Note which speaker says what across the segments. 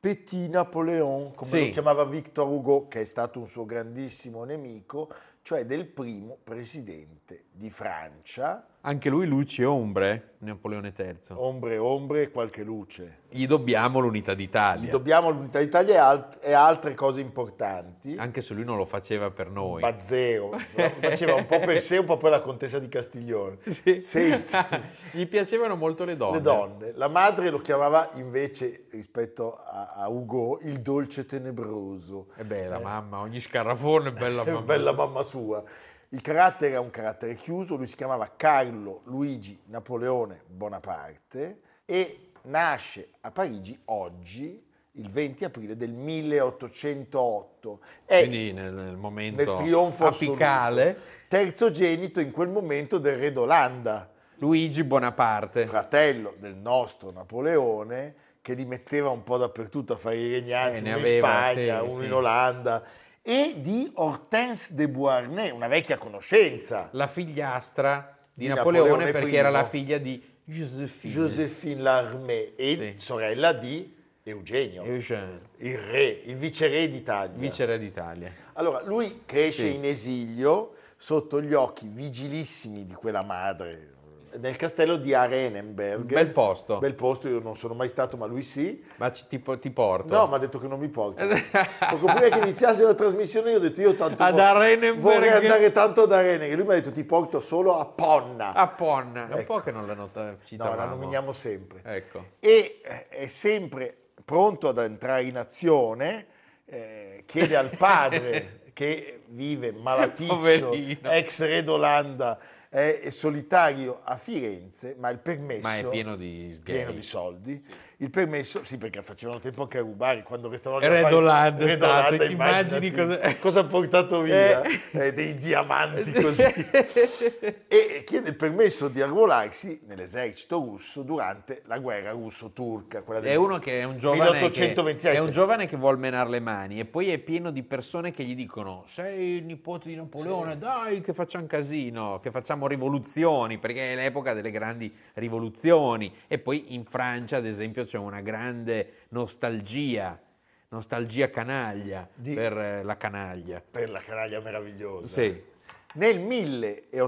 Speaker 1: Petit Napoleon, come
Speaker 2: Sì.
Speaker 1: lo chiamava Victor Hugo, che è stato un suo grandissimo nemico, cioè del primo presidente di Francia.
Speaker 2: anche lui luci e ombre, Napoleone III.
Speaker 1: Ombre, ombre e qualche luce.
Speaker 2: Gli dobbiamo l'unità d'Italia,
Speaker 1: Gli dobbiamo l'unità d'Italia e, alt- e altre cose importanti.
Speaker 2: anche se lui non lo faceva per noi.
Speaker 1: Bazzeo, faceva un po' per sé, un po' per la contessa di Castiglione.
Speaker 2: Sì.
Speaker 1: Senti.
Speaker 2: Gli piacevano molto le donne.
Speaker 1: Le donne. La madre lo chiamava invece, rispetto a, a Ugo, il dolce tenebroso.
Speaker 2: E Eh beh, la mamma, ogni scarafone è bella mamma.
Speaker 1: Bella mamma sua. Il carattere era un carattere chiuso, lui si chiamava Carlo Luigi Napoleone Bonaparte e nasce a Parigi oggi, il 20 aprile del 1808. È
Speaker 2: Quindi nel, nel
Speaker 1: nel
Speaker 2: momento
Speaker 1: trionfo
Speaker 2: apicale,
Speaker 1: assoluto. Terzogenito in quel momento del re d'Olanda.
Speaker 2: Luigi Bonaparte.
Speaker 1: fratello del nostro Napoleone che li metteva un po' dappertutto a fare i regnanti,
Speaker 2: Eh, ne
Speaker 1: uno
Speaker 2: aveva,
Speaker 1: in Spagna,
Speaker 2: sì,
Speaker 1: uno
Speaker 2: sì.
Speaker 1: in Olanda, e di Hortense de Beauharnais, una vecchia conoscenza,
Speaker 2: la figliastra di,
Speaker 1: Di
Speaker 2: Napoleone,
Speaker 1: Napoleone
Speaker 2: perché
Speaker 1: primo.
Speaker 2: era la figlia di Josephine.
Speaker 1: Joséphine Larmé, e
Speaker 2: Sì.
Speaker 1: sorella di Eugenio,
Speaker 2: Eugène,
Speaker 1: il re, il viceré d'Italia.
Speaker 2: viceré d'Italia.
Speaker 1: Allora, lui cresce
Speaker 2: Sì.
Speaker 1: in esilio sotto gli occhi vigilissimi di quella madre, nel castello di Arenenberg.
Speaker 2: Bel posto,
Speaker 1: Bel posto, io non sono mai stato, ma lui sì.
Speaker 2: ma ci- ti, po- ti porto.
Speaker 1: No, mi ha detto che non mi porta. Poco prima che iniziasse la trasmissione io ho detto io tanto
Speaker 2: Ad
Speaker 1: vor-
Speaker 2: Arenenberg.
Speaker 1: vorrei andare tanto ad Arenenberg. Lui mi ha detto ti porto solo a Ponna.
Speaker 2: A Ponna, è un
Speaker 1: Ecco.
Speaker 2: po' che non la not-
Speaker 1: no,
Speaker 2: citavamo.
Speaker 1: la nominiamo sempre.
Speaker 2: Ecco.
Speaker 1: E eh, è sempre pronto ad entrare in azione, eh, chiede al padre che vive malaticcio,
Speaker 2: Poverino.
Speaker 1: ex re d'Olanda, eh, è solitario a Firenze, ma il permesso...
Speaker 2: Ma è pieno di gay.
Speaker 1: pieno di soldi. Il permesso, sì, perché facevano tempo anche a rubare quando restavano
Speaker 2: Re
Speaker 1: a fare-
Speaker 2: d'Olanda è
Speaker 1: Re
Speaker 2: stato,
Speaker 1: d'Olanda,
Speaker 2: ti immagini
Speaker 1: immaginati
Speaker 2: cosa-
Speaker 1: cosa ha portato via?
Speaker 2: Eh.
Speaker 1: Eh, dei diamanti così. e chiede il permesso di arruolarsi nell'esercito russo durante la guerra russo-turca. Quella del
Speaker 2: È uno che è un giovane che,
Speaker 1: 1827.
Speaker 2: è un giovane che vuol menare le mani e poi è pieno di persone che gli dicono sei il nipote di Napoleone, dai che facciamo casino, che facciamo rivoluzioni, perché è l'epoca delle grandi rivoluzioni e poi in Francia ad esempio c'è una grande nostalgia, nostalgia canaglia
Speaker 1: Di-
Speaker 2: per eh, la canaglia.
Speaker 1: per la canaglia meravigliosa.
Speaker 2: Sì.
Speaker 1: Nel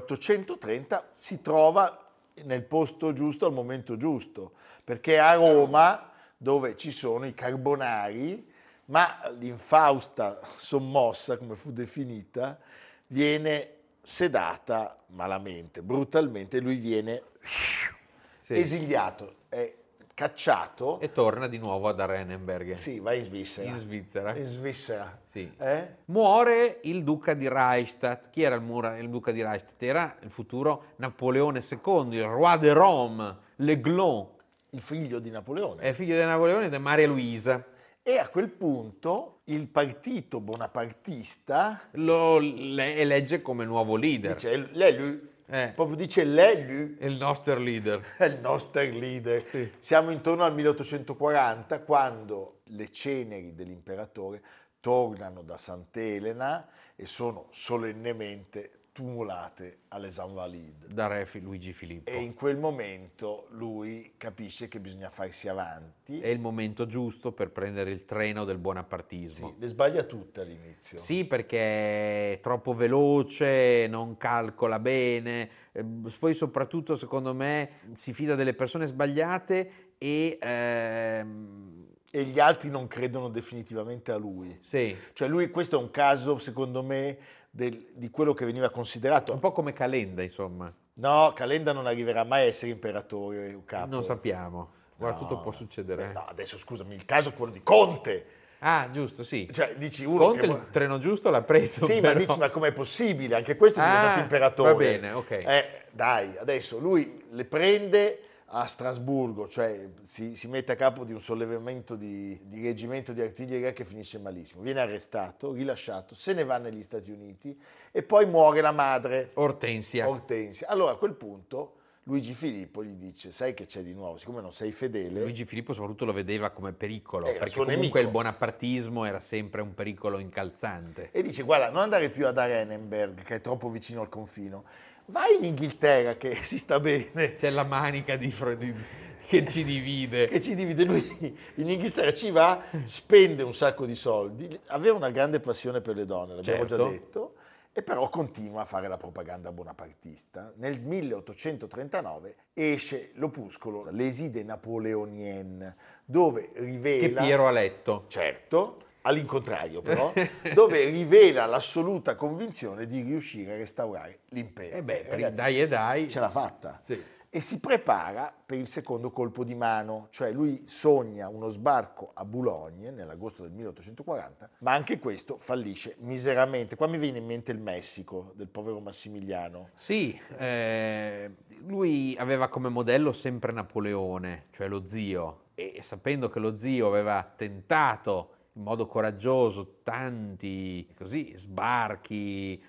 Speaker 1: 1830 si trova nel posto giusto al momento giusto, perché è a Roma, dove ci sono i carbonari, ma l'infausta sommossa, come fu definita, viene sedata malamente, brutalmente, e lui viene
Speaker 2: Sì.
Speaker 1: esiliato, è cacciato,
Speaker 2: E torna di nuovo ad Arenenberg,
Speaker 1: sì, va in Svizzera.
Speaker 2: in Svizzera.
Speaker 1: In Svizzera.
Speaker 2: Sì.
Speaker 1: Eh?
Speaker 2: Muore il duca di Reichstadt. Chi era il, mura- il duca di Reichstadt? Era il futuro Napoleone II, il roi de Rome, l'Eglon.
Speaker 1: Il figlio di Napoleone.
Speaker 2: È figlio di Napoleone e di Maria Luisa.
Speaker 1: E a quel punto il partito bonapartista
Speaker 2: Lo le- elegge come nuovo leader.
Speaker 1: dice l'Elu,
Speaker 2: Eh.
Speaker 1: proprio dice l'Elu
Speaker 2: È il nostro leader.
Speaker 1: è il nostro leader.
Speaker 2: Sì.
Speaker 1: Siamo intorno al 1840 quando le ceneri dell'imperatore tornano da Sant'Elena e sono solennemente tumulate alle San Valide.
Speaker 2: da Re Fi- Luigi Filippo.
Speaker 1: E in quel momento lui capisce che bisogna farsi avanti.
Speaker 2: È il momento giusto per prendere il treno del buonappartismo.
Speaker 1: Sì, le sbaglia tutte all'inizio.
Speaker 2: Sì, perché è troppo veloce, non calcola bene, eh, poi soprattutto secondo me si fida delle persone sbagliate e... ehm,
Speaker 1: E gli altri non credono definitivamente a lui.
Speaker 2: sì,
Speaker 1: Cioè lui, questo è un caso, secondo me, del- di quello che veniva considerato.
Speaker 2: un po' come Calenda, insomma,
Speaker 1: No, Calenda non arriverà mai a essere imperatore o capo.
Speaker 2: non sappiamo, guarda
Speaker 1: No.
Speaker 2: tutto può succedere.
Speaker 1: Beh, no, adesso scusami, il caso è quello di Conte.
Speaker 2: Ah, giusto, sì.
Speaker 1: Cioè, dici uno
Speaker 2: Conte
Speaker 1: che...
Speaker 2: il treno giusto l'ha preso.
Speaker 1: Sì, ma
Speaker 2: però.
Speaker 1: dici, ma com'è possibile? Anche questo è
Speaker 2: Ah,
Speaker 1: diventato imperatore.
Speaker 2: va bene, ok.
Speaker 1: Eh, dai, adesso lui le prende a Strasburgo, cioè si, si mette a capo di un sollevamento di, di reggimento di artiglieria che finisce malissimo. Viene arrestato, rilasciato, se ne va negli Stati Uniti e poi muore la madre,
Speaker 2: Ortensia.
Speaker 1: Ortensia. Allora a quel punto Luigi Filippo gli dice, sai che c'è di nuovo, siccome non sei fedele...
Speaker 2: Luigi Filippo soprattutto lo vedeva come pericolo,
Speaker 1: Eh, Era
Speaker 2: perché
Speaker 1: suo
Speaker 2: comunque
Speaker 1: nemico.
Speaker 2: il buonappartismo era sempre un pericolo incalzante.
Speaker 1: e dice guarda non andare più ad Arenenberg che è troppo vicino al confino vai in Inghilterra che si sta bene
Speaker 2: C'è la manica di Fro- di- che ci divide.
Speaker 1: che ci divide lui in Inghilterra ci va spende un sacco di soldi aveva una grande passione per le donne l'abbiamo già
Speaker 2: Certo.
Speaker 1: detto e però continua a fare la propaganda bonapartista nel 1839 esce l'opuscolo Les idées napoléoniennes dove
Speaker 2: Che
Speaker 1: rivela
Speaker 2: Piero ha letto.
Speaker 1: certo, all'incontrario però, dove rivela l'assoluta convinzione di riuscire a restaurare l'impero. Eh,
Speaker 2: E Eh beh, per il
Speaker 1: Ragazzi,
Speaker 2: dai e dai.
Speaker 1: ce l'ha fatta.
Speaker 2: Sì.
Speaker 1: E si prepara per il secondo colpo di mano, cioè lui sogna uno sbarco a Boulogne nell'agosto del 1840, ma anche questo fallisce miseramente. Qua mi viene in mente il Messico del povero Massimiliano.
Speaker 2: Sì, eh, lui aveva come modello sempre Napoleone, cioè lo zio, e sapendo che lo zio aveva tentato in modo coraggioso tanti così, sbarchi,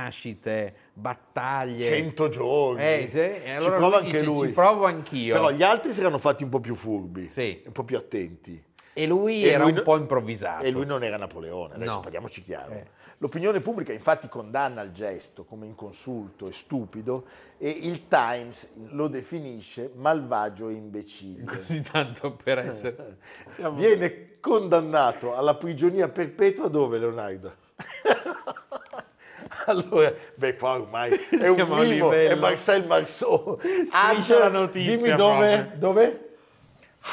Speaker 2: rinascite, battaglie.
Speaker 1: 100 giorni.
Speaker 2: Eh, sì, e allora
Speaker 1: ci prova
Speaker 2: lui
Speaker 1: anche
Speaker 2: dice,
Speaker 1: lui.
Speaker 2: "Ci provo anch'io".
Speaker 1: Però gli altri si erano fatti un po' più furbi,
Speaker 2: Sì.
Speaker 1: un po' più attenti.
Speaker 2: E lui
Speaker 1: E
Speaker 2: era
Speaker 1: lui
Speaker 2: un
Speaker 1: no-
Speaker 2: po' improvvisato.
Speaker 1: E lui non era Napoleone, adesso
Speaker 2: No.
Speaker 1: parliamoci chiaro.
Speaker 2: Eh.
Speaker 1: L'opinione pubblica infatti condanna il gesto come inconsulto e stupido e il Times lo definisce malvagio e imbecille.
Speaker 2: Così tanto per
Speaker 1: Eh,
Speaker 2: essere... Siamo-
Speaker 1: Viene condannato alla prigionia perpetua dove Leonardo? allora, beh qua ormai è
Speaker 2: Siamo
Speaker 1: un
Speaker 2: a un
Speaker 1: mimo, è
Speaker 2: livello.
Speaker 1: Marcel Marceau.
Speaker 2: Striscia la notizia
Speaker 1: dimmi dove,
Speaker 2: proprio.
Speaker 1: dove?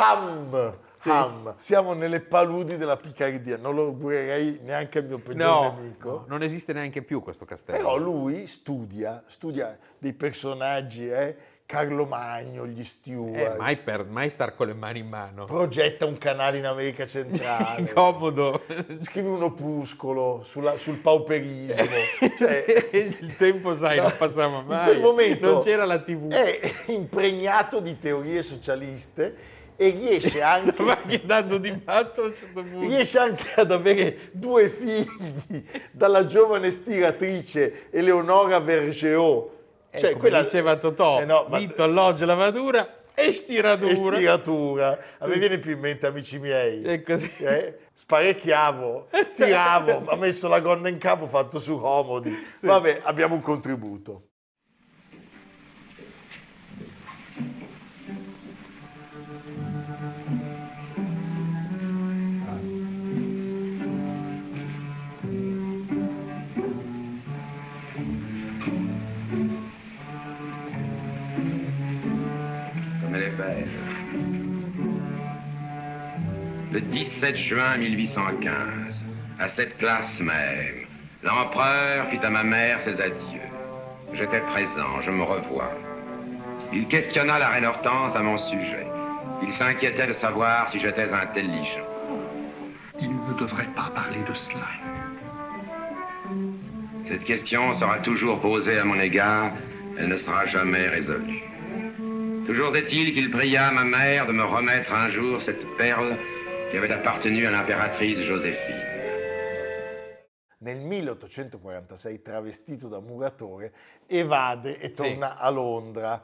Speaker 1: Ham. Ham. Siamo nelle paludi della Picardia, non lo augurerei neanche al mio peggior
Speaker 2: No,
Speaker 1: nemico.
Speaker 2: no, non esiste neanche più questo castello.
Speaker 1: Però lui studia, studia dei personaggi, eh? Carlo Magno, gli Stewart,
Speaker 2: Eh, mai, per- mai star con le mani in mano.
Speaker 1: progetta un canale in America centrale.
Speaker 2: Incomodo.
Speaker 1: scrivi un opuscolo sulla- sul pauperismo. cioè,
Speaker 2: il tempo, sai, non passava mai.
Speaker 1: In quel momento
Speaker 2: Non c'era la TV.
Speaker 1: È impregnato di teorie socialiste e riesce
Speaker 2: Stava
Speaker 1: anche,
Speaker 2: anche dando di matto a un certo punto.
Speaker 1: riesce anche ad avere due figli dalla giovane stiratrice Eleonora Vergeot.
Speaker 2: Eh, come diceva Totò,
Speaker 1: cioè, Eh no, ma-
Speaker 2: vitto, alloggio, lavatura e
Speaker 1: e
Speaker 2: stiratura.
Speaker 1: stiratura. A me viene più in mente amici miei.
Speaker 2: E così.
Speaker 1: Eh? Sparecchiavo, stiravo, ha messo la gonna in capo, fatto su comodi. Vabbè, abbiamo un contributo.
Speaker 3: Comme elle est belle. Le 17 juin 1815, à cette place même, l'empereur fit à ma mère ses adieux. J'étais présent, je me revois. Il questionna la reine Hortense à mon sujet. Il s'inquiétait de savoir si j'étais intelligent.
Speaker 4: Il ne devrait pas parler de cela.
Speaker 3: Cette question sera toujours posée à mon égard, elle ne sera jamais résolue. Toujours est-il qu'il pria ma mère de me remettre un jour cette perle qui avait appartenu à l'impératrice Joséphine.
Speaker 1: Nel 1846, travestito da muratore, evade e torna a Londra.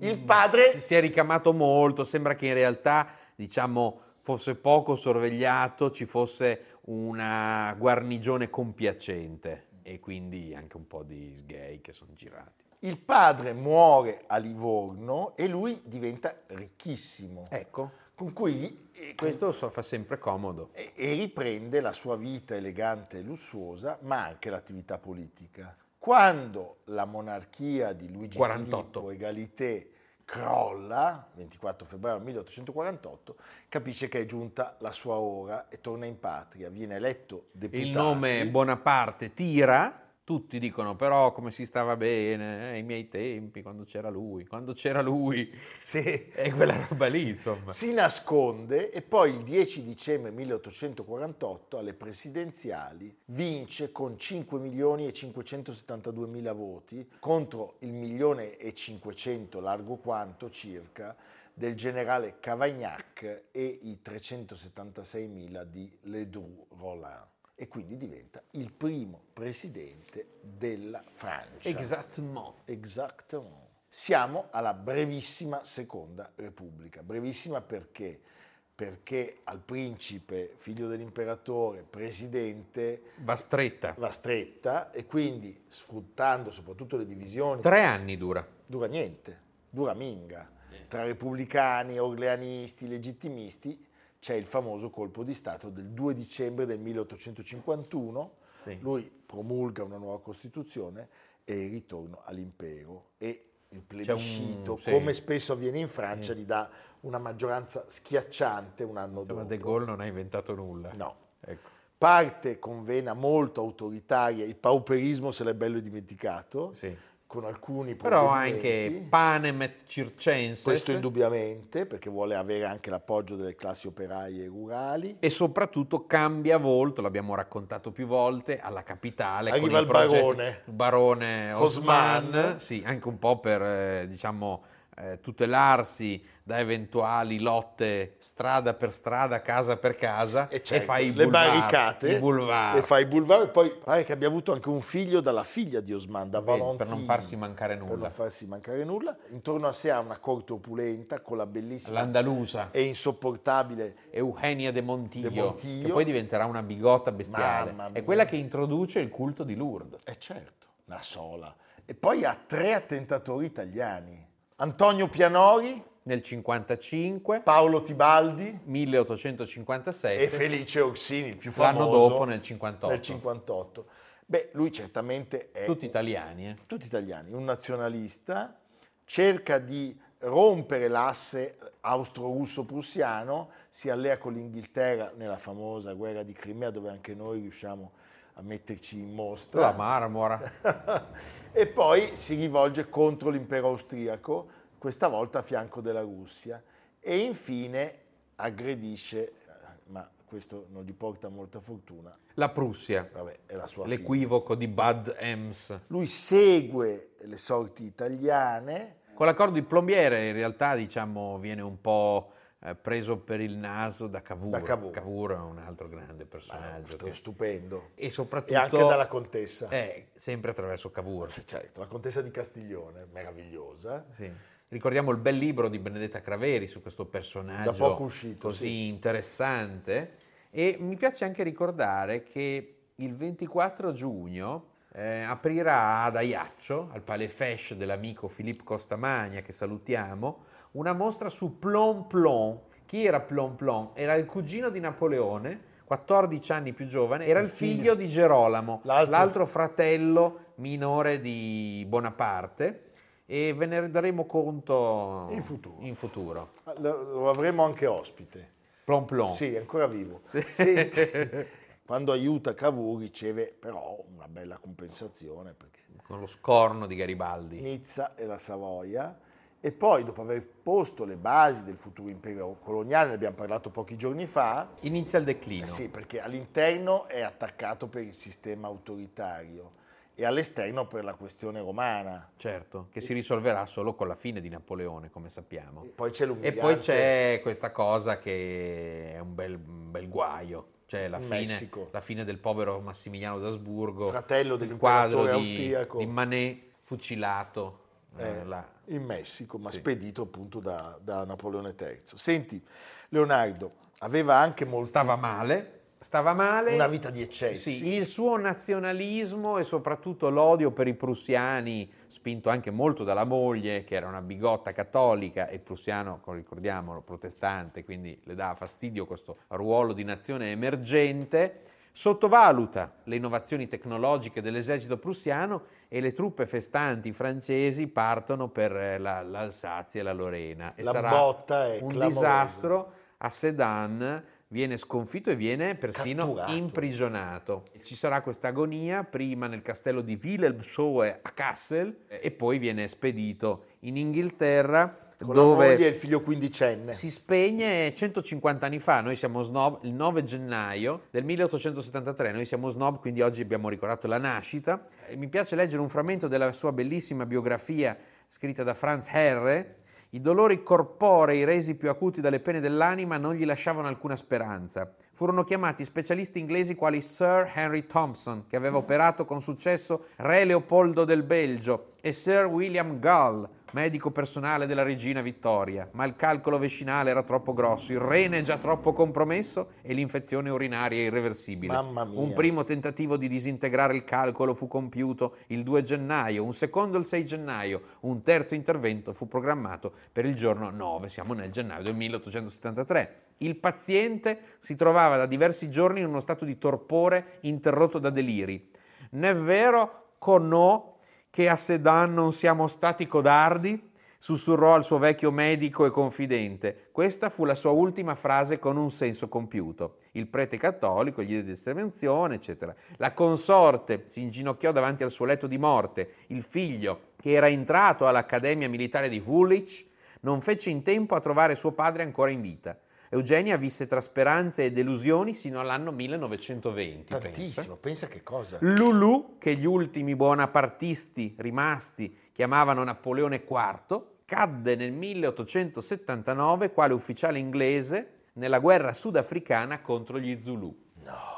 Speaker 1: Il padre
Speaker 2: Si, si è ricamato molto, sembra che in realtà, diciamo, fosse poco sorvegliato, ci fosse una guarnigione compiacente. e quindi anche un po' di gay che sono girati.
Speaker 1: Il padre muore a Livorno e lui diventa ricchissimo,
Speaker 2: Ecco,
Speaker 1: con cui eh,
Speaker 2: questo so- fa sempre comodo.
Speaker 1: e e riprende la sua vita elegante e lussuosa, ma anche l'attività politica. Quando la monarchia di Luigi
Speaker 2: 48.
Speaker 1: Filippo Egalité crolla, 24 febbraio 1848, capisce che è giunta la sua ora e torna in patria. Viene eletto deputato.
Speaker 2: Il nome Bonaparte tira, tutti dicono però come si stava bene eh, ai miei tempi, quando c'era lui, quando c'era lui,
Speaker 1: Sì.
Speaker 2: e quella roba lì insomma.
Speaker 1: Si nasconde e poi il 10 dicembre 1848 alle presidenziali vince con 5 milioni e 572 mila voti contro il milione e 500 largo quanto circa del generale Cavaignac e i 376 mila di Ledru Rollin e quindi diventa il primo presidente della Francia.
Speaker 2: Exactement.
Speaker 1: Exactement. Siamo alla brevissima seconda repubblica. Brevissima perché? Perché al principe, figlio dell'imperatore, presidente,
Speaker 2: Va stretta.
Speaker 1: va stretta e quindi sfruttando soprattutto le divisioni,
Speaker 2: Tre anni dura.
Speaker 1: dura niente, dura minga. Tra repubblicani, orleanisti, legittimisti c'è il famoso colpo di Stato del 2 dicembre del 1851 lui promulga una nuova costituzione e il ritorno all'impero e il plebiscito,
Speaker 2: sì.
Speaker 1: come spesso avviene in Francia, gli dà una maggioranza schiacciante un anno
Speaker 2: Cioè, Ma
Speaker 1: dopo.
Speaker 2: De Gaulle non ha inventato nulla.
Speaker 1: No.
Speaker 2: Ecco.
Speaker 1: Parte con vena molto autoritaria, il pauperismo se l'è bello dimenticato,
Speaker 2: Sì.
Speaker 1: con alcuni
Speaker 2: Però
Speaker 1: provvedimenti.
Speaker 2: anche Panem et Circenses.
Speaker 1: questo indubbiamente, perché vuole avere anche l'appoggio delle classi operaie e rurali.
Speaker 2: e soprattutto cambia volto, l'abbiamo raccontato più volte, alla capitale. con
Speaker 1: Arriva il
Speaker 2: progetto-
Speaker 1: barone.
Speaker 2: il barone
Speaker 1: Osman.
Speaker 2: Osman, sì, anche un po' per eh, diciamo, eh, tutelarsi da eventuali lotte strada per strada, casa per casa, e,
Speaker 1: certo,
Speaker 2: fa i
Speaker 1: le
Speaker 2: boulevard,
Speaker 1: barricate
Speaker 2: i boulevard,
Speaker 1: e fa i boulevard e poi pare che abbia avuto anche un figlio dalla figlia di Osman da
Speaker 2: vedi,
Speaker 1: Valentini
Speaker 2: per non farsi mancare
Speaker 1: per non
Speaker 2: nulla.
Speaker 1: farsi mancare nulla intorno a sé ha una corte opulenta con la bellissima
Speaker 2: L'Andalusa,
Speaker 1: e insopportabile
Speaker 2: Eugenia de Montijo,
Speaker 1: De Montijo.
Speaker 2: che poi diventerà una bigotta bestiale.
Speaker 1: Mamma
Speaker 2: È quella
Speaker 1: mia.
Speaker 2: che introduce il culto di Lourdes.
Speaker 1: è certo la sola e poi ha tre attentatori italiani Antonio Pianori
Speaker 2: Nel 55,
Speaker 1: Paolo Tibaldi
Speaker 2: 1857,
Speaker 1: e Felice Orsini il più
Speaker 2: L'anno
Speaker 1: famoso
Speaker 2: dopo, nel 58.
Speaker 1: nel 58. beh lui certamente è
Speaker 2: tutti italiani. eh.
Speaker 1: tutti italiani, un nazionalista, cerca di rompere l'asse austro-russo-prussiano, si allea con l'Inghilterra nella famosa guerra di Crimea dove anche noi riusciamo a metterci in mostra.
Speaker 2: La Marmora.
Speaker 1: e poi si rivolge contro l'impero austriaco, questa volta a fianco della Russia, e infine aggredisce, ma questo non gli porta molta fortuna,
Speaker 2: La Prussia.
Speaker 1: vabbè, è la sua fine.
Speaker 2: L'equivoco di Bud Ems.
Speaker 1: Lui segue le sorti italiane,
Speaker 2: Con l'accordo di plombiere in realtà diciamo viene un po' eh, preso per il naso da Cavour.
Speaker 1: Da Cavour.
Speaker 2: è un altro grande personaggio.
Speaker 1: Sto
Speaker 2: che-
Speaker 1: Eh, stupendo.
Speaker 2: E soprattutto...
Speaker 1: E anche dalla contessa.
Speaker 2: Eh, sempre attraverso Cavour.
Speaker 1: Sì, certo, la contessa di Castiglione, meravigliosa.
Speaker 2: Sì. Ricordiamo il bel libro di Benedetta Craveri su questo personaggio
Speaker 1: Da poco uscito,
Speaker 2: così
Speaker 1: sì.
Speaker 2: interessante e mi piace anche ricordare che il 24 giugno eh, aprirà ad Aiaccio, al Palefesh dell'amico Filippo Costamagna che salutiamo, una mostra su Plon Plon. Chi era Plon Plon? Era il cugino di Napoleone, 14 anni più giovane, era il,
Speaker 1: Il figlio.
Speaker 2: figlio di Gerolamo,
Speaker 1: L'altro-
Speaker 2: l'altro fratello minore di Bonaparte e ve ne renderemo conto
Speaker 1: In futuro.
Speaker 2: in futuro.
Speaker 1: Lo, lo avremo anche ospite.
Speaker 2: Plon plon.
Speaker 1: Sì, è ancora vivo. Senti, quando aiuta Cavour riceve però una bella compensazione perché
Speaker 2: Con lo scorno di Garibaldi.
Speaker 1: Nizza e la Savoia e poi dopo aver posto le basi del futuro impero coloniale, ne abbiamo parlato pochi giorni fa,
Speaker 2: Inizia il
Speaker 1: Eh
Speaker 2: declino.
Speaker 1: Sì, perché all'interno è attaccato per il sistema autoritario e all'esterno per la questione romana.
Speaker 2: Certo, che si risolverà solo con la fine di Napoleone, come sappiamo.
Speaker 1: E poi c'è
Speaker 2: E
Speaker 1: l'umiliante.
Speaker 2: poi c'è questa cosa che è un bel, un bel guaio, cioè la
Speaker 1: In
Speaker 2: fine,
Speaker 1: Messico.
Speaker 2: la fine del povero Massimiliano d'Asburgo,
Speaker 1: Fratello
Speaker 2: il
Speaker 1: dell'imperatore
Speaker 2: quadro di-
Speaker 1: austriaco.
Speaker 2: di Manet fucilato. eh,
Speaker 1: Eh,
Speaker 2: là.
Speaker 1: in Messico, ma
Speaker 2: Sì.
Speaker 1: spedito appunto da, da Napoleone III. Senti, Leonardo aveva anche molti...
Speaker 2: Stava male, stava male.
Speaker 1: Una vita di eccessi.
Speaker 2: Sì, il suo nazionalismo e soprattutto l'odio per i prussiani, spinto anche molto dalla moglie, che era una bigotta cattolica e il prussiano, co- ricordiamolo, protestante, quindi le dà fastidio questo ruolo di nazione emergente, sottovaluta le innovazioni tecnologiche dell'esercito prussiano e le truppe festanti francesi partono per eh, la- l'Alsazia e la Lorena. E
Speaker 1: La
Speaker 2: sarà
Speaker 1: botta è
Speaker 2: un
Speaker 1: clamorosa.
Speaker 2: disastro a Sedan viene sconfitto e viene persino
Speaker 1: Catturato.
Speaker 2: imprigionato. Ci sarà questa agonia prima nel castello di Wilhelmshohe a Kassel
Speaker 1: Eh.
Speaker 2: e poi viene spedito in Inghilterra
Speaker 1: Con la moglie e
Speaker 2: dove
Speaker 1: il figlio quindicenne.
Speaker 2: si spegne 150 anni fa, noi siamo snob, il 9 gennaio del 1873, noi siamo snob, quindi oggi abbiamo ricordato la nascita. E mi piace leggere un frammento della sua bellissima biografia scritta da Franz Herre. I dolori corporei resi più acuti dalle pene dell'anima non gli lasciavano alcuna speranza. Furono chiamati specialisti inglesi quali Sir Henry Thompson, che aveva operato con successo Re Leopoldo del Belgio, e Sir William Gull, medico personale della regina Vittoria, ma il calcolo vescinale era troppo grosso, il rene già troppo compromesso e l'infezione urinaria irreversibile.
Speaker 1: Mamma mia.
Speaker 2: Un primo tentativo di disintegrare il calcolo fu compiuto il 2 gennaio, un secondo il 6 gennaio, un terzo intervento fu programmato per il giorno 9, siamo nel gennaio del 1873. Il paziente si trovava da diversi giorni in uno stato di torpore interrotto da deliri. N'è vero, Conò, che a Sedan non siamo stati codardi? sussurrò al suo vecchio medico e confidente. Questa fu la sua ultima frase con un senso compiuto. Il prete cattolico gli diede estremiunzione, eccetera. La consorte si inginocchiò davanti al suo letto di morte. Il figlio, che era entrato all'Accademia Militare di Woolwich, non fece in tempo a trovare suo padre ancora in vita. Eugenia visse tra speranze e delusioni sino all'anno 1920. pensa.
Speaker 1: Tantissimo, pensa che cosa.
Speaker 2: Lulu, che gli ultimi buonapartisti rimasti chiamavano Napoleone IV, cadde nel 1879 quale ufficiale inglese nella guerra sudafricana contro gli Zulu. No.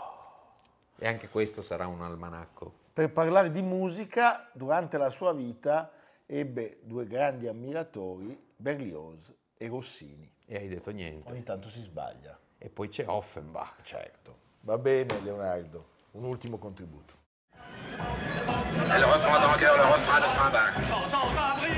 Speaker 2: E anche questo sarà un almanacco.
Speaker 1: Per parlare di musica, durante la sua vita ebbe due grandi ammiratori, Berlioz e Rossini.
Speaker 2: E hai detto niente.
Speaker 1: Ogni tanto si sbaglia.
Speaker 2: E poi c'è Offenbach.
Speaker 1: Certo. Va bene, Leonardo. Un ultimo contributo.
Speaker 3: Elle reprend en cœur le refrain de Steinbach.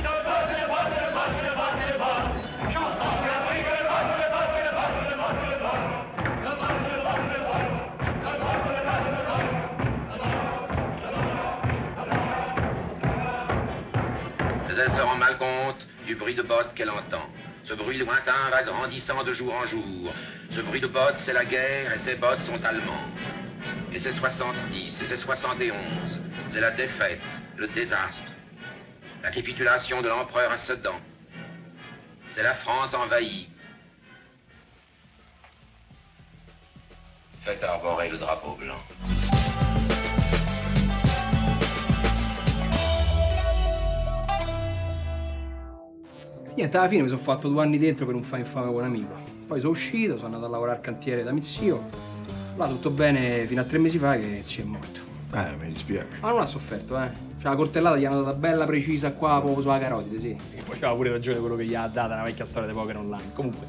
Speaker 3: Mais elle se rend mal compte du bruit de bottes qu'elle entend. Ce bruit lointain va grandissant de jour en jour. Ce bruit de bottes, c'est la guerre et ses bottes sont allemandes. Et c'est 70, et c'est 71. C'est la défaite, le désastre. La capitulation de l'empereur à Sedan. C'est la France envahie. Faites arborer le drapeau blanc.
Speaker 5: Niente, alla fine mi sono fatto due anni dentro per un fa in fame con un amico. Poi sono uscito, sono andato a lavorare al cantiere da mio zio. Là tutto bene fino a tre mesi fa che si è morto.
Speaker 6: Eh, mi dispiace.
Speaker 5: Ma non ha sofferto, eh. Cioè la cortellata gli è andata bella precisa qua, proprio sulla carotide, sì.
Speaker 7: Faceva pure ragione quello che gli ha data la vecchia storia dei poker online. Comunque.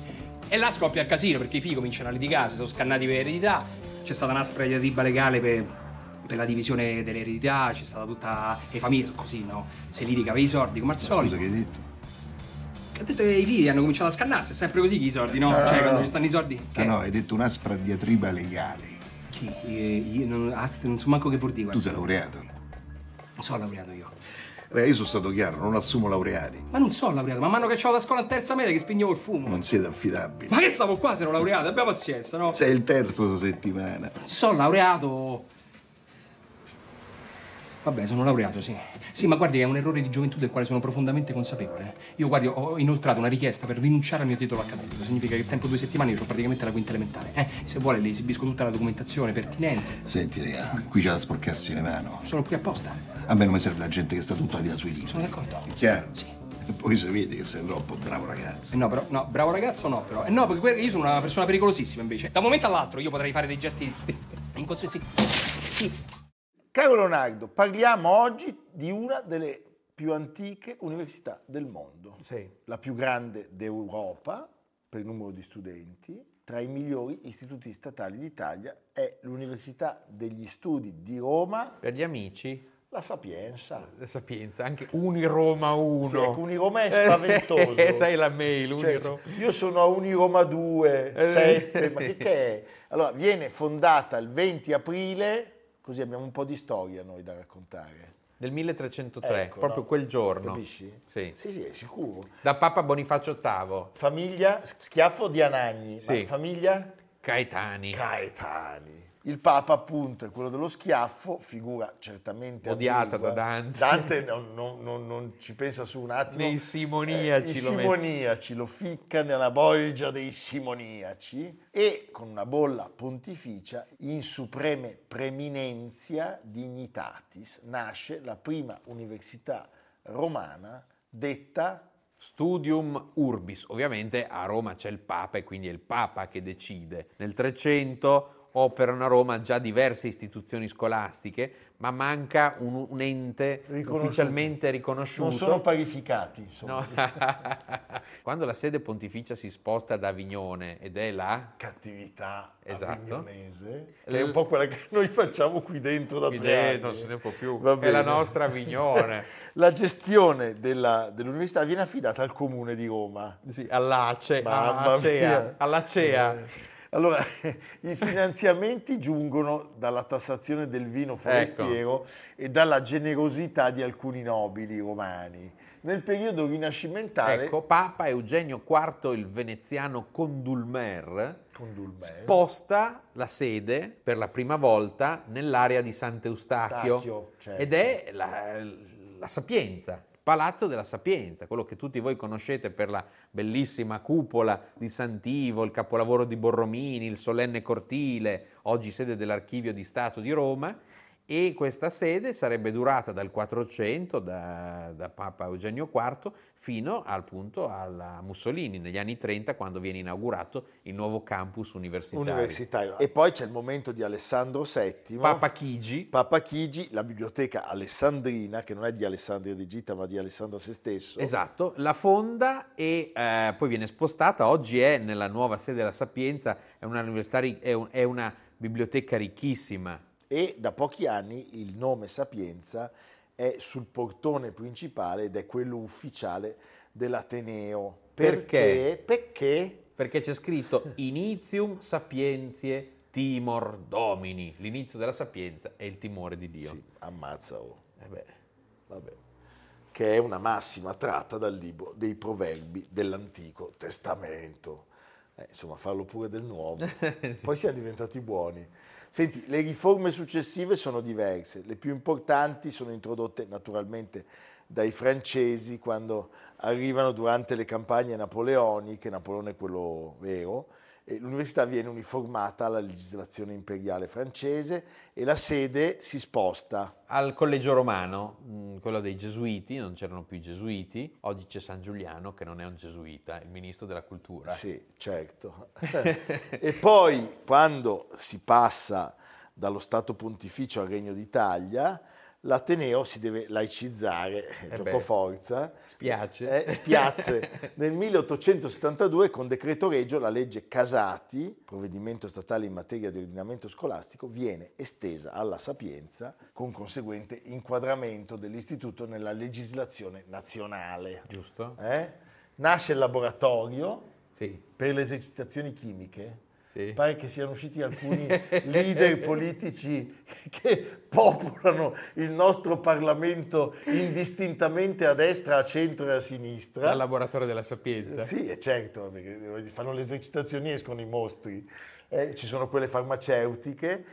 Speaker 7: E là scoppia il casino perché i figli cominciano a litigare, si sono scannati per eredità.
Speaker 5: C'è stata una spregiativa legale per, per la divisione dell'eredità, c'è stata tutta... Le famiglie sono così, no? Se litiga per i sordi, come al solito.
Speaker 6: Scusa che hai detto?
Speaker 5: Ha detto che i figli hanno cominciato a scannarsi, è sempre così che i sordi, no? cioè, quando ci stanno i sordi...
Speaker 6: No, ah no, hai detto un'aspra diatriba legale.
Speaker 5: Chi? Eh, Io, non, ast- non so manco che vuol dire.
Speaker 6: Tu
Speaker 5: guarda.
Speaker 6: sei laureato.
Speaker 5: Non sono laureato io.
Speaker 6: Raga, Eh, io sono stato chiaro, non assumo laureati.
Speaker 5: Ma non sono laureato, ma mi hanno cacciato da scuola in terza media che spignevo il fumo.
Speaker 6: Non siete affidabili.
Speaker 5: Ma che stavo qua se ero laureato? Abbia pazienza, no?
Speaker 6: Sei il terzo questa settimana.
Speaker 5: Sono laureato. Vabbè, sono laureato, sì. Sì, ma guardi, è un errore di gioventù del quale sono profondamente consapevole. Io, guardi, ho inoltrato una richiesta per rinunciare al mio titolo accademico. Significa che tempo due settimane io ho praticamente la quinta elementare. Eh, se vuole le esibisco tutta la documentazione pertinente.
Speaker 6: Senti, raga, qui c'è da sporcarsi le mani.
Speaker 5: Sono qui apposta.
Speaker 6: A me non mi serve la gente che sta tutta la vita sui libri.
Speaker 5: Sono d'accordo.
Speaker 6: È chiaro?
Speaker 5: Sì.
Speaker 6: E poi sapete che sei troppo bravo ragazzo.
Speaker 5: Eh no, però, no, bravo ragazzo, no, però. Eh no, perché guarda, io sono una persona pericolosissima, invece. Da un momento all'altro io potrei fare dei gesti. Inconscienti. Sì.
Speaker 1: Caro Leonardo, parliamo oggi di una delle più antiche università del mondo.
Speaker 2: Sì.
Speaker 1: La più grande d'Europa per numero di studenti tra i migliori istituti statali d'Italia è l'Università degli Studi di Roma,
Speaker 2: Per gli amici,
Speaker 1: la Sapienza.
Speaker 2: la Sapienza, anche Uniroma 1.
Speaker 1: Sì, ecco, Uniroma è spaventoso.
Speaker 2: Sai la mail,
Speaker 1: Cioè,
Speaker 2: Uniroma.
Speaker 1: io sono a Uniroma 2,
Speaker 2: Eh.
Speaker 1: 7, ma che, che è? Allora, viene fondata il 20 aprile, così abbiamo un po' di storia noi da raccontare.
Speaker 2: Del 1303,
Speaker 1: Ecco,
Speaker 2: proprio
Speaker 1: no?
Speaker 2: quel giorno.
Speaker 1: Capisci?
Speaker 2: Sì.
Speaker 1: sì, sì, è sicuro.
Speaker 2: Da Papa Bonifacio VIII,
Speaker 1: Famiglia, schiaffo di Anagni,
Speaker 2: Sì.
Speaker 1: ma famiglia
Speaker 2: Caetani,
Speaker 1: Caetani. Il Papa, appunto, è quello dello schiaffo, figura certamente
Speaker 2: Odiata
Speaker 1: ambigua.
Speaker 2: da Dante.
Speaker 1: Dante non, non- non- non ci pensa su un attimo. Eh,
Speaker 2: Nei simoniaci
Speaker 1: i
Speaker 2: lo mette.
Speaker 1: simoniaci lo ficca nella bolgia dei simoniaci e con una bolla pontificia in supreme preminentia dignitatis nasce la prima università romana detta
Speaker 2: Studium Urbis. Ovviamente a Roma c'è il Papa e quindi è il Papa che decide. Nel 300 operano a Roma già diverse istituzioni scolastiche, ma manca un, un ente
Speaker 1: Riconosciuto.
Speaker 2: ufficialmente riconosciuto.
Speaker 1: non sono parificati, insomma.
Speaker 2: No. Quando la sede pontificia si sposta ad Avignone ed è là,
Speaker 1: cattività
Speaker 2: Esatto.
Speaker 1: avignonese, che è un po' quella che noi facciamo qui dentro da
Speaker 2: Qui
Speaker 1: tre anni.
Speaker 2: dentro, non se ne può più.
Speaker 1: Va
Speaker 2: È
Speaker 1: bene.
Speaker 2: la nostra Avignone.
Speaker 1: la gestione della- dell'università viene affidata al comune di Roma.
Speaker 2: sì, all'Ace,
Speaker 1: Mamma mia. Eh.
Speaker 2: all'Acea, all'Acea.
Speaker 1: Allora, i finanziamenti giungono dalla tassazione del vino
Speaker 2: Ecco.
Speaker 1: forestiero e dalla generosità di alcuni nobili romani. Nel periodo rinascimentale,
Speaker 2: Ecco, Papa Eugenio IV, il veneziano condulmer,
Speaker 1: con Dulmer,
Speaker 2: sposta la sede per la prima volta nell'area di Sant'Eustachio
Speaker 1: Eustachio, certo.
Speaker 2: ed è la, la Sapienza, il Palazzo della Sapienza, quello che tutti voi conoscete per la bellissima cupola di Santivo, il capolavoro di Borromini, il solenne cortile, oggi sede dell'Archivio di Stato di Roma. E questa sede sarebbe durata dal 400, da, da Papa Eugenio IV, fino al punto alla Mussolini negli anni 30, quando viene inaugurato il nuovo campus universitario.
Speaker 1: universitario. E poi c'è il momento di Alessandro VII.
Speaker 2: Papa Chigi,
Speaker 1: Papa Chigi, la biblioteca alessandrina, che non è di Alessandria d'Egitto, ma di Alessandro se stesso.
Speaker 2: esatto, la fonda e eh, poi viene spostata, oggi è nella nuova sede della Sapienza, è una, università ri- è un- è una biblioteca ricchissima.
Speaker 1: E da pochi anni il nome Sapienza è sul portone principale ed è quello ufficiale dell'Ateneo.
Speaker 2: Perché?
Speaker 1: Perché? Perché
Speaker 2: perché c'è scritto Inizium Sapientiae Timor Domini, l'inizio della sapienza è il timore di Dio.
Speaker 1: sì, ammazza oh.
Speaker 2: Eh beh,
Speaker 1: Vabbè. che è una massima tratta dal libro dei proverbi dell'Antico Testamento. Eh, insomma, farlo pure del nuovo. Poi siamo diventati buoni. Senti, le riforme successive sono diverse. Le più importanti sono introdotte naturalmente dai francesi quando arrivano durante le campagne napoleoniche, Napoleone è quello vero, e l'università viene uniformata alla legislazione imperiale francese e la sede si sposta
Speaker 2: Al collegio romano, mh, quello dei gesuiti, non c'erano più i gesuiti, oggi c'è San Giuliano che non è un gesuita, è il ministro della cultura.
Speaker 1: Sì, certo. e poi quando si passa dallo Stato Pontificio al Regno d'Italia, l'Ateneo si deve laicizzare, gioco
Speaker 2: beh,
Speaker 1: forza.
Speaker 2: spiace.
Speaker 1: Eh, spiazze. Nel 1872 con decreto regio la legge Casati, provvedimento statale in materia di ordinamento scolastico, viene estesa alla Sapienza con conseguente inquadramento dell'istituto nella legislazione nazionale.
Speaker 2: Giusto?
Speaker 1: Eh? Nasce il laboratorio
Speaker 2: Sì,
Speaker 1: per le esercitazioni chimiche.
Speaker 2: Sì.
Speaker 1: Pare che siano usciti alcuni leader politici che popolano il nostro Parlamento indistintamente a destra, a centro e a sinistra.
Speaker 2: dal laboratorio della sapienza.
Speaker 1: Sì, è certo, perché fanno le esercitazioni e escono i mostri. Eh, ci sono quelle farmaceutiche,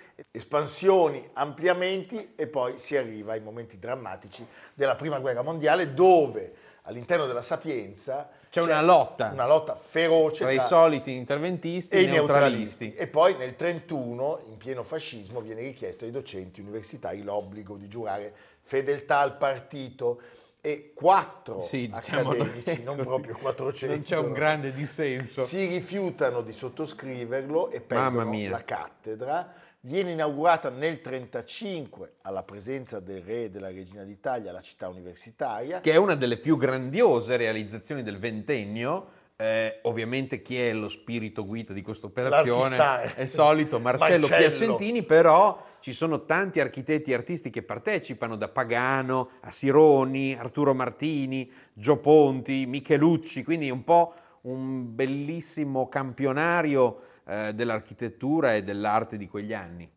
Speaker 1: espansioni, ampliamenti e poi si arriva ai momenti drammatici della Prima Guerra Mondiale dove all'interno della Sapienza
Speaker 2: C'è una lotta
Speaker 1: una lotta feroce
Speaker 2: tra i soliti interventisti e i neutralisti.
Speaker 1: E poi nel 31, in pieno fascismo, viene richiesto ai docenti universitari l'obbligo di giurare fedeltà al partito e quattro
Speaker 2: Sì, diciamo,
Speaker 1: accademici, non,
Speaker 2: non è così.
Speaker 1: proprio 400,
Speaker 2: Non c'è un grande dissenso.
Speaker 1: si rifiutano di sottoscriverlo e
Speaker 2: Mamma
Speaker 1: perdono
Speaker 2: mia.
Speaker 1: la cattedra. Viene inaugurata nel 35, alla presenza del re e della regina d'Italia, la città universitaria.
Speaker 2: che è una delle più grandiose realizzazioni del ventennio, Eh, ovviamente chi è lo spirito guida di questa operazione
Speaker 1: L'archistare.
Speaker 2: è solito Marcello,
Speaker 1: Marcello.
Speaker 2: Piacentini, però ci sono tanti architetti e artisti che partecipano, da Pagano a Sironi, Arturo Martini, Gio Ponti, Michelucci, quindi un po' un bellissimo campionario eh, dell'architettura e dell'arte di quegli anni.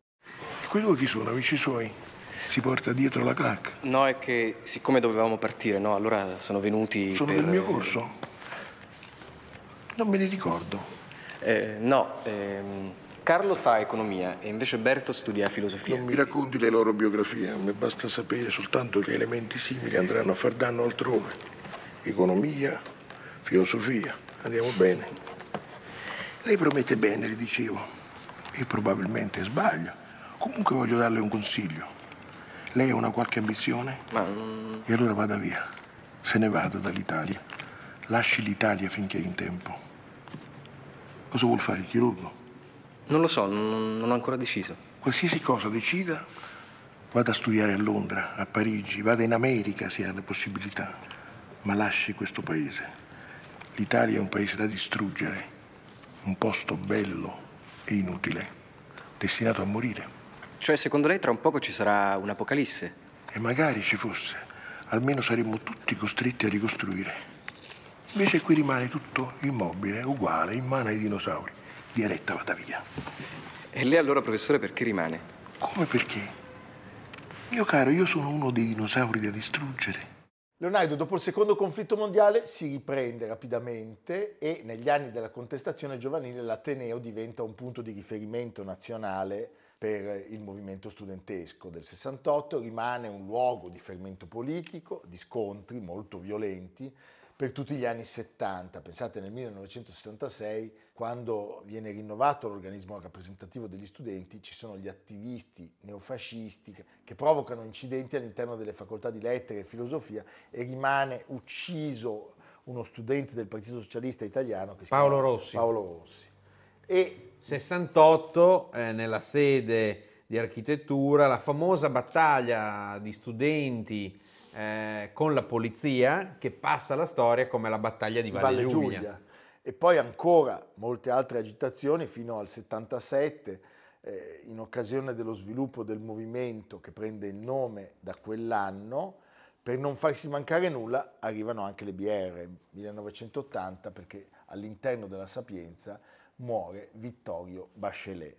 Speaker 6: Quei due chi sono, amici suoi? Si porta dietro la clac.
Speaker 8: No, è che siccome dovevamo partire, no, allora sono venuti.
Speaker 6: Sono
Speaker 8: per...
Speaker 6: del mio corso? Non me li ricordo.
Speaker 8: Eh, no, ehm, Carlo fa economia e invece Berto studia filosofia.
Speaker 6: Non mi racconti le loro biografie, mi basta sapere soltanto che elementi simili andranno a far danno altrove. Economia, filosofia, andiamo bene. Lei promette bene, le dicevo, e probabilmente sbaglio. Comunque voglio darle un consiglio. Lei ha una qualche ambizione?
Speaker 8: Ma mm,
Speaker 6: E allora vada via. Se ne vada dall'Italia. Lasci l'Italia finché è in tempo. Cosa vuol fare il chirurgo?
Speaker 8: non lo so, non, non ho ancora deciso.
Speaker 6: Qualsiasi cosa decida, vada a studiare a Londra, a Parigi, vada in America se ha le possibilità, ma lasci questo paese. L'Italia è un paese da distruggere, un posto bello e inutile, destinato a morire.
Speaker 8: Cioè, secondo lei tra un poco ci sarà un'apocalisse?
Speaker 6: E magari ci fosse, almeno saremmo tutti costretti a ricostruire. Invece qui rimane tutto immobile, uguale, in mano ai dinosauri. Diaretta vada via.
Speaker 8: E lei allora, professore, perché rimane?
Speaker 6: Come perché? Mio caro, io sono uno dei dinosauri da distruggere.
Speaker 1: Leonardo, dopo il secondo conflitto mondiale, si riprende rapidamente e negli anni della contestazione giovanile l'Ateneo diventa un punto di riferimento nazionale per il movimento studentesco del 68, rimane un luogo di fermento politico, di scontri molto violenti per tutti gli anni 70. Pensate nel 1966, quando viene rinnovato l'organismo rappresentativo degli studenti, ci sono gli attivisti neofascisti che- che provocano incidenti all'interno delle facoltà di lettere e filosofia e rimane ucciso uno studente del Partito Socialista Italiano che si
Speaker 2: Paolo
Speaker 1: chiama
Speaker 2: Rossi.
Speaker 1: Paolo Rossi. E
Speaker 2: 68 eh, nella sede di architettura, la famosa battaglia di studenti eh, con la polizia che passa alla storia come la battaglia di Valle, Giulia.
Speaker 1: E poi ancora molte altre agitazioni fino al 77, eh, in occasione dello sviluppo del movimento che prende il nome da quell'anno, per non farsi mancare nulla arrivano anche le BR 1980 perché all'interno della Sapienza muore Vittorio Bachelet,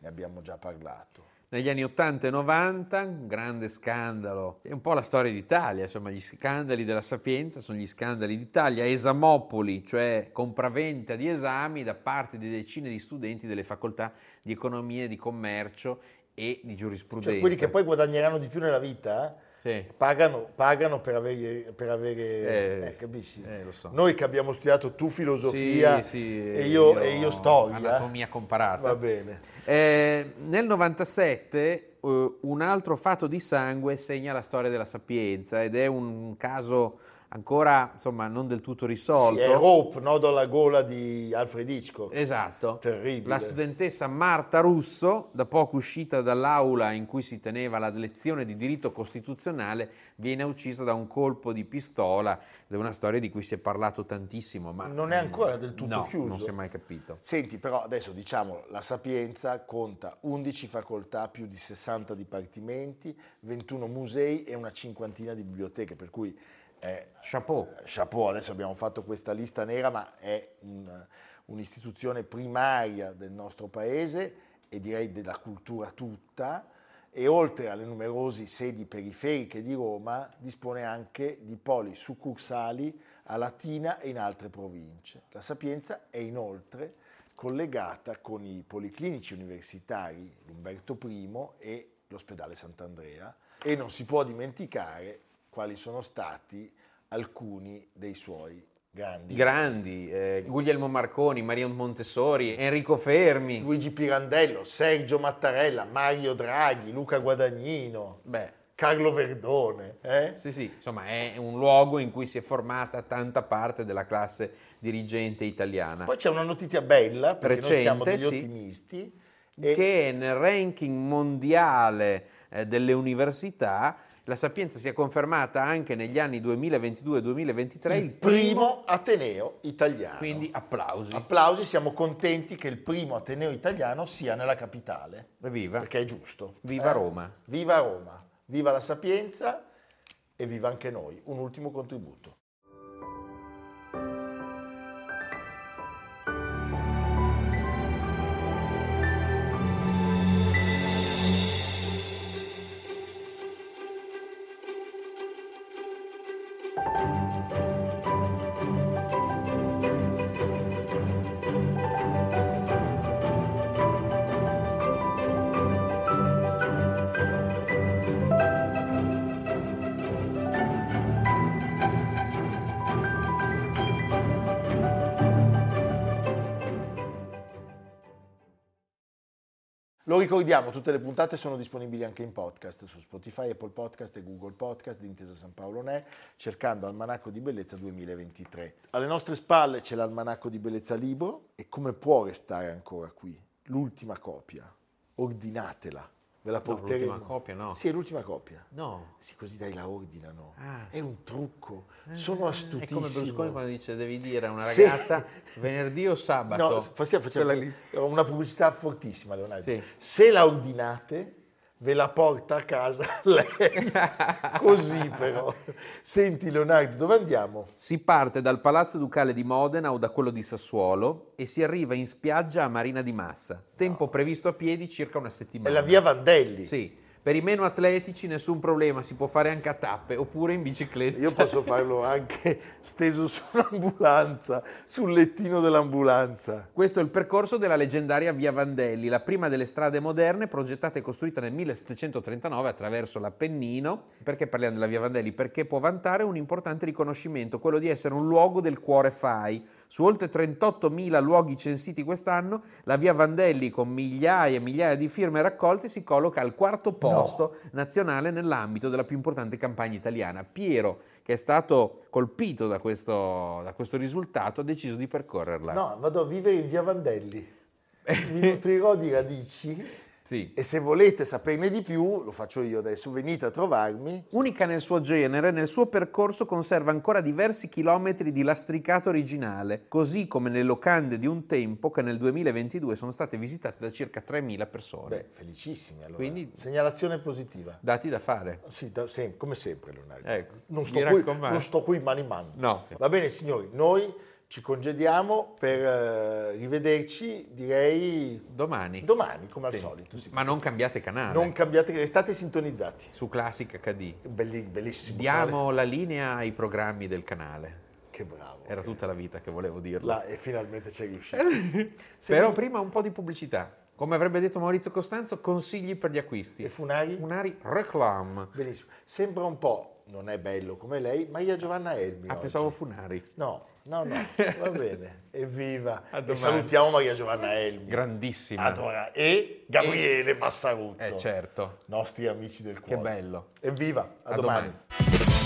Speaker 1: ne abbiamo già parlato.
Speaker 2: Negli anni 80 e 90, un grande scandalo, è un po' la storia d'Italia, insomma gli scandali della Sapienza sono gli scandali d'Italia, esamopoli, cioè compravendita di esami da parte di decine di studenti delle facoltà di economia, e di commercio e di giurisprudenza.
Speaker 1: Cioè quelli che poi guadagneranno di più nella vita, eh?
Speaker 2: Sì.
Speaker 1: Pagano, pagano per avere, per avere
Speaker 2: Eh,
Speaker 1: eh, capisci?
Speaker 2: eh, lo so.
Speaker 1: Noi che abbiamo studiato tu filosofia
Speaker 2: Sì, sì,
Speaker 1: e, io, e io storia. eh.
Speaker 2: Anatomia comparata.
Speaker 1: Va bene.
Speaker 2: Eh, nel 97 eh, un altro fatto di sangue segna la storia della sapienza ed è un caso ancora insomma non del tutto risolto.
Speaker 1: Sì, è Rope, nodo alla gola di Alfred Hitchcock.
Speaker 2: Esatto.
Speaker 1: Terribile.
Speaker 2: La studentessa Marta Russo, da poco uscita dall'aula in cui si teneva la lezione di diritto costituzionale, viene uccisa da un colpo di pistola ed è una storia di cui si è parlato tantissimo, ma
Speaker 1: Non è ancora del tutto
Speaker 2: no,
Speaker 1: chiuso.
Speaker 2: non si è mai capito.
Speaker 1: Senti, però adesso diciamo, la Sapienza conta 11 facoltà, più di 60 dipartimenti, 21 musei e una cinquantina di biblioteche, per cui eh,
Speaker 2: Chapeau.
Speaker 1: chapeau, adesso abbiamo fatto questa lista nera, ma è un- un'istituzione primaria del nostro paese e direi della cultura tutta e oltre alle numerose sedi periferiche di Roma dispone anche di poli succursali a Latina e in altre province. La Sapienza è inoltre collegata con i policlinici universitari Umberto I e l'ospedale Sant'Andrea e non si può dimenticare quali sono stati alcuni dei suoi grandi.
Speaker 2: grandi, eh, Guglielmo Marconi, Maria Montessori, Enrico Fermi.
Speaker 1: Luigi Pirandello, Sergio Mattarella, Mario Draghi, Luca Guadagnino,
Speaker 2: Beh,
Speaker 1: Carlo Verdone. eh?
Speaker 2: sì, sì, insomma, è un luogo in cui si è formata tanta parte della classe dirigente italiana.
Speaker 1: Poi c'è una notizia bella, perché noi siamo degli
Speaker 2: Recente, sì.
Speaker 1: ottimisti. e-
Speaker 2: che nel ranking mondiale eh, delle eh, università la sapienza sia confermata anche negli anni 2022-2023,
Speaker 1: il primo Ateneo italiano.
Speaker 2: Quindi applausi.
Speaker 1: Applausi, siamo contenti che il primo Ateneo italiano sia nella capitale,
Speaker 2: Evviva.
Speaker 1: perché è giusto.
Speaker 2: Viva
Speaker 1: Eh?
Speaker 2: Roma.
Speaker 1: Viva Roma, viva la Sapienza e viva anche noi. Un ultimo contributo. Lo ricordiamo, tutte le puntate sono disponibili anche in podcast su Spotify, Apple Podcast e Google Podcast di Intesa San Paolo Ne, cercando Almanacco di Bellezza 2023. Alle nostre spalle c'è l'Almanacco di Bellezza Libro e come può restare ancora qui? L'ultima copia, ordinatela, ve la porteremo.
Speaker 2: l'ultima copia no.
Speaker 1: Sì, è l'ultima copia.
Speaker 2: No.
Speaker 1: Sì, così dai la ordinano.
Speaker 2: Ah. Eh,
Speaker 1: È un trucco, sono
Speaker 2: È
Speaker 1: astutissimo.
Speaker 2: come Berlusconi quando dice devi dire a una
Speaker 1: Sì.
Speaker 2: ragazza venerdì o sabato.
Speaker 1: No, facciamo, facciamo
Speaker 2: Quella lì.
Speaker 1: una pubblicità fortissima, Leonardo.
Speaker 2: Sì.
Speaker 1: Se la ordinate, ve la porta a casa lei. Così però. Senti, Leonardo, dove andiamo?
Speaker 2: Si parte dal Palazzo Ducale di Modena o da quello di Sassuolo e si arriva in spiaggia a Marina di Massa. Tempo previsto a piedi circa una
Speaker 1: È
Speaker 2: settimana.
Speaker 1: la via Vandelli.
Speaker 2: Sì. Per i meno atletici nessun problema, si può fare anche a tappe oppure in bicicletta.
Speaker 1: Io posso farlo anche steso sull'ambulanza, sul lettino dell'ambulanza.
Speaker 2: Questo è il percorso della leggendaria Via Vandelli, la prima delle strade moderne progettata e costruita nel 1739 attraverso l'Appennino. Perché parliamo della Via Vandelli? Perché può vantare un importante riconoscimento, quello di essere un luogo del cuore fai. Su oltre 38.000 luoghi censiti quest'anno, la Via Vandelli, con migliaia e migliaia di firme raccolte, si colloca al quarto posto nazionale nell'ambito della più importante campagna italiana. Piero, che è stato colpito da questo, da questo risultato, ha deciso di percorrerla.
Speaker 1: No, vado a vivere in via Vandelli. Mi nutrirò di radici.
Speaker 2: Sì.
Speaker 1: E se volete saperne di più, lo faccio io adesso, venite a trovarmi.
Speaker 2: Unica nel suo genere, nel suo percorso conserva ancora diversi chilometri di lastricato originale, così come le locande di un tempo che nel 2022 sono state visitate da circa 3.000 persone.
Speaker 1: Beh, felicissimi allora.
Speaker 2: Quindi-
Speaker 1: Segnalazione positiva.
Speaker 2: Dati da fare.
Speaker 1: Sì, da- sem- come sempre Leonardo.
Speaker 2: Ecco,
Speaker 1: non,
Speaker 2: mi
Speaker 1: sto qui,
Speaker 2: raccomando.
Speaker 1: non sto qui mani in mano.
Speaker 2: No.
Speaker 1: Va bene signori, noi ci congediamo per eh, rivederci direi
Speaker 2: Domani.
Speaker 1: domani come al solito. sì.
Speaker 2: Ma non cambiate canale.
Speaker 1: Non cambiate, restate sintonizzati.
Speaker 2: Su Classic HD.
Speaker 1: Belli, bellissimo.
Speaker 2: Diamo la linea ai programmi del canale.
Speaker 1: Che bravo.
Speaker 2: Era tutta la vita che volevo dirlo.
Speaker 1: Là, e finalmente ci è riuscito.
Speaker 2: Eh. Però prima un po' di pubblicità. Come avrebbe detto Maurizio Costanzo, consigli per gli acquisti.
Speaker 1: E Funari?
Speaker 2: Funari Reclam.
Speaker 1: Benissimo. Sembra un po', non è bello come lei, Maria Giovanna Elmi.
Speaker 2: Ah,
Speaker 1: oggi.
Speaker 2: pensavo Funari.
Speaker 1: No, no, no, va bene, evviva.
Speaker 2: A
Speaker 1: E
Speaker 2: domani.
Speaker 1: salutiamo Maria Giovanna Elmi.
Speaker 2: Grandissima.
Speaker 1: Adora. E Gabriele Massarutto.
Speaker 2: Eh certo,
Speaker 1: Nostri amici del
Speaker 2: che
Speaker 1: cuore.
Speaker 2: bello.
Speaker 1: Evviva, a,
Speaker 2: A
Speaker 1: domani.
Speaker 2: domani.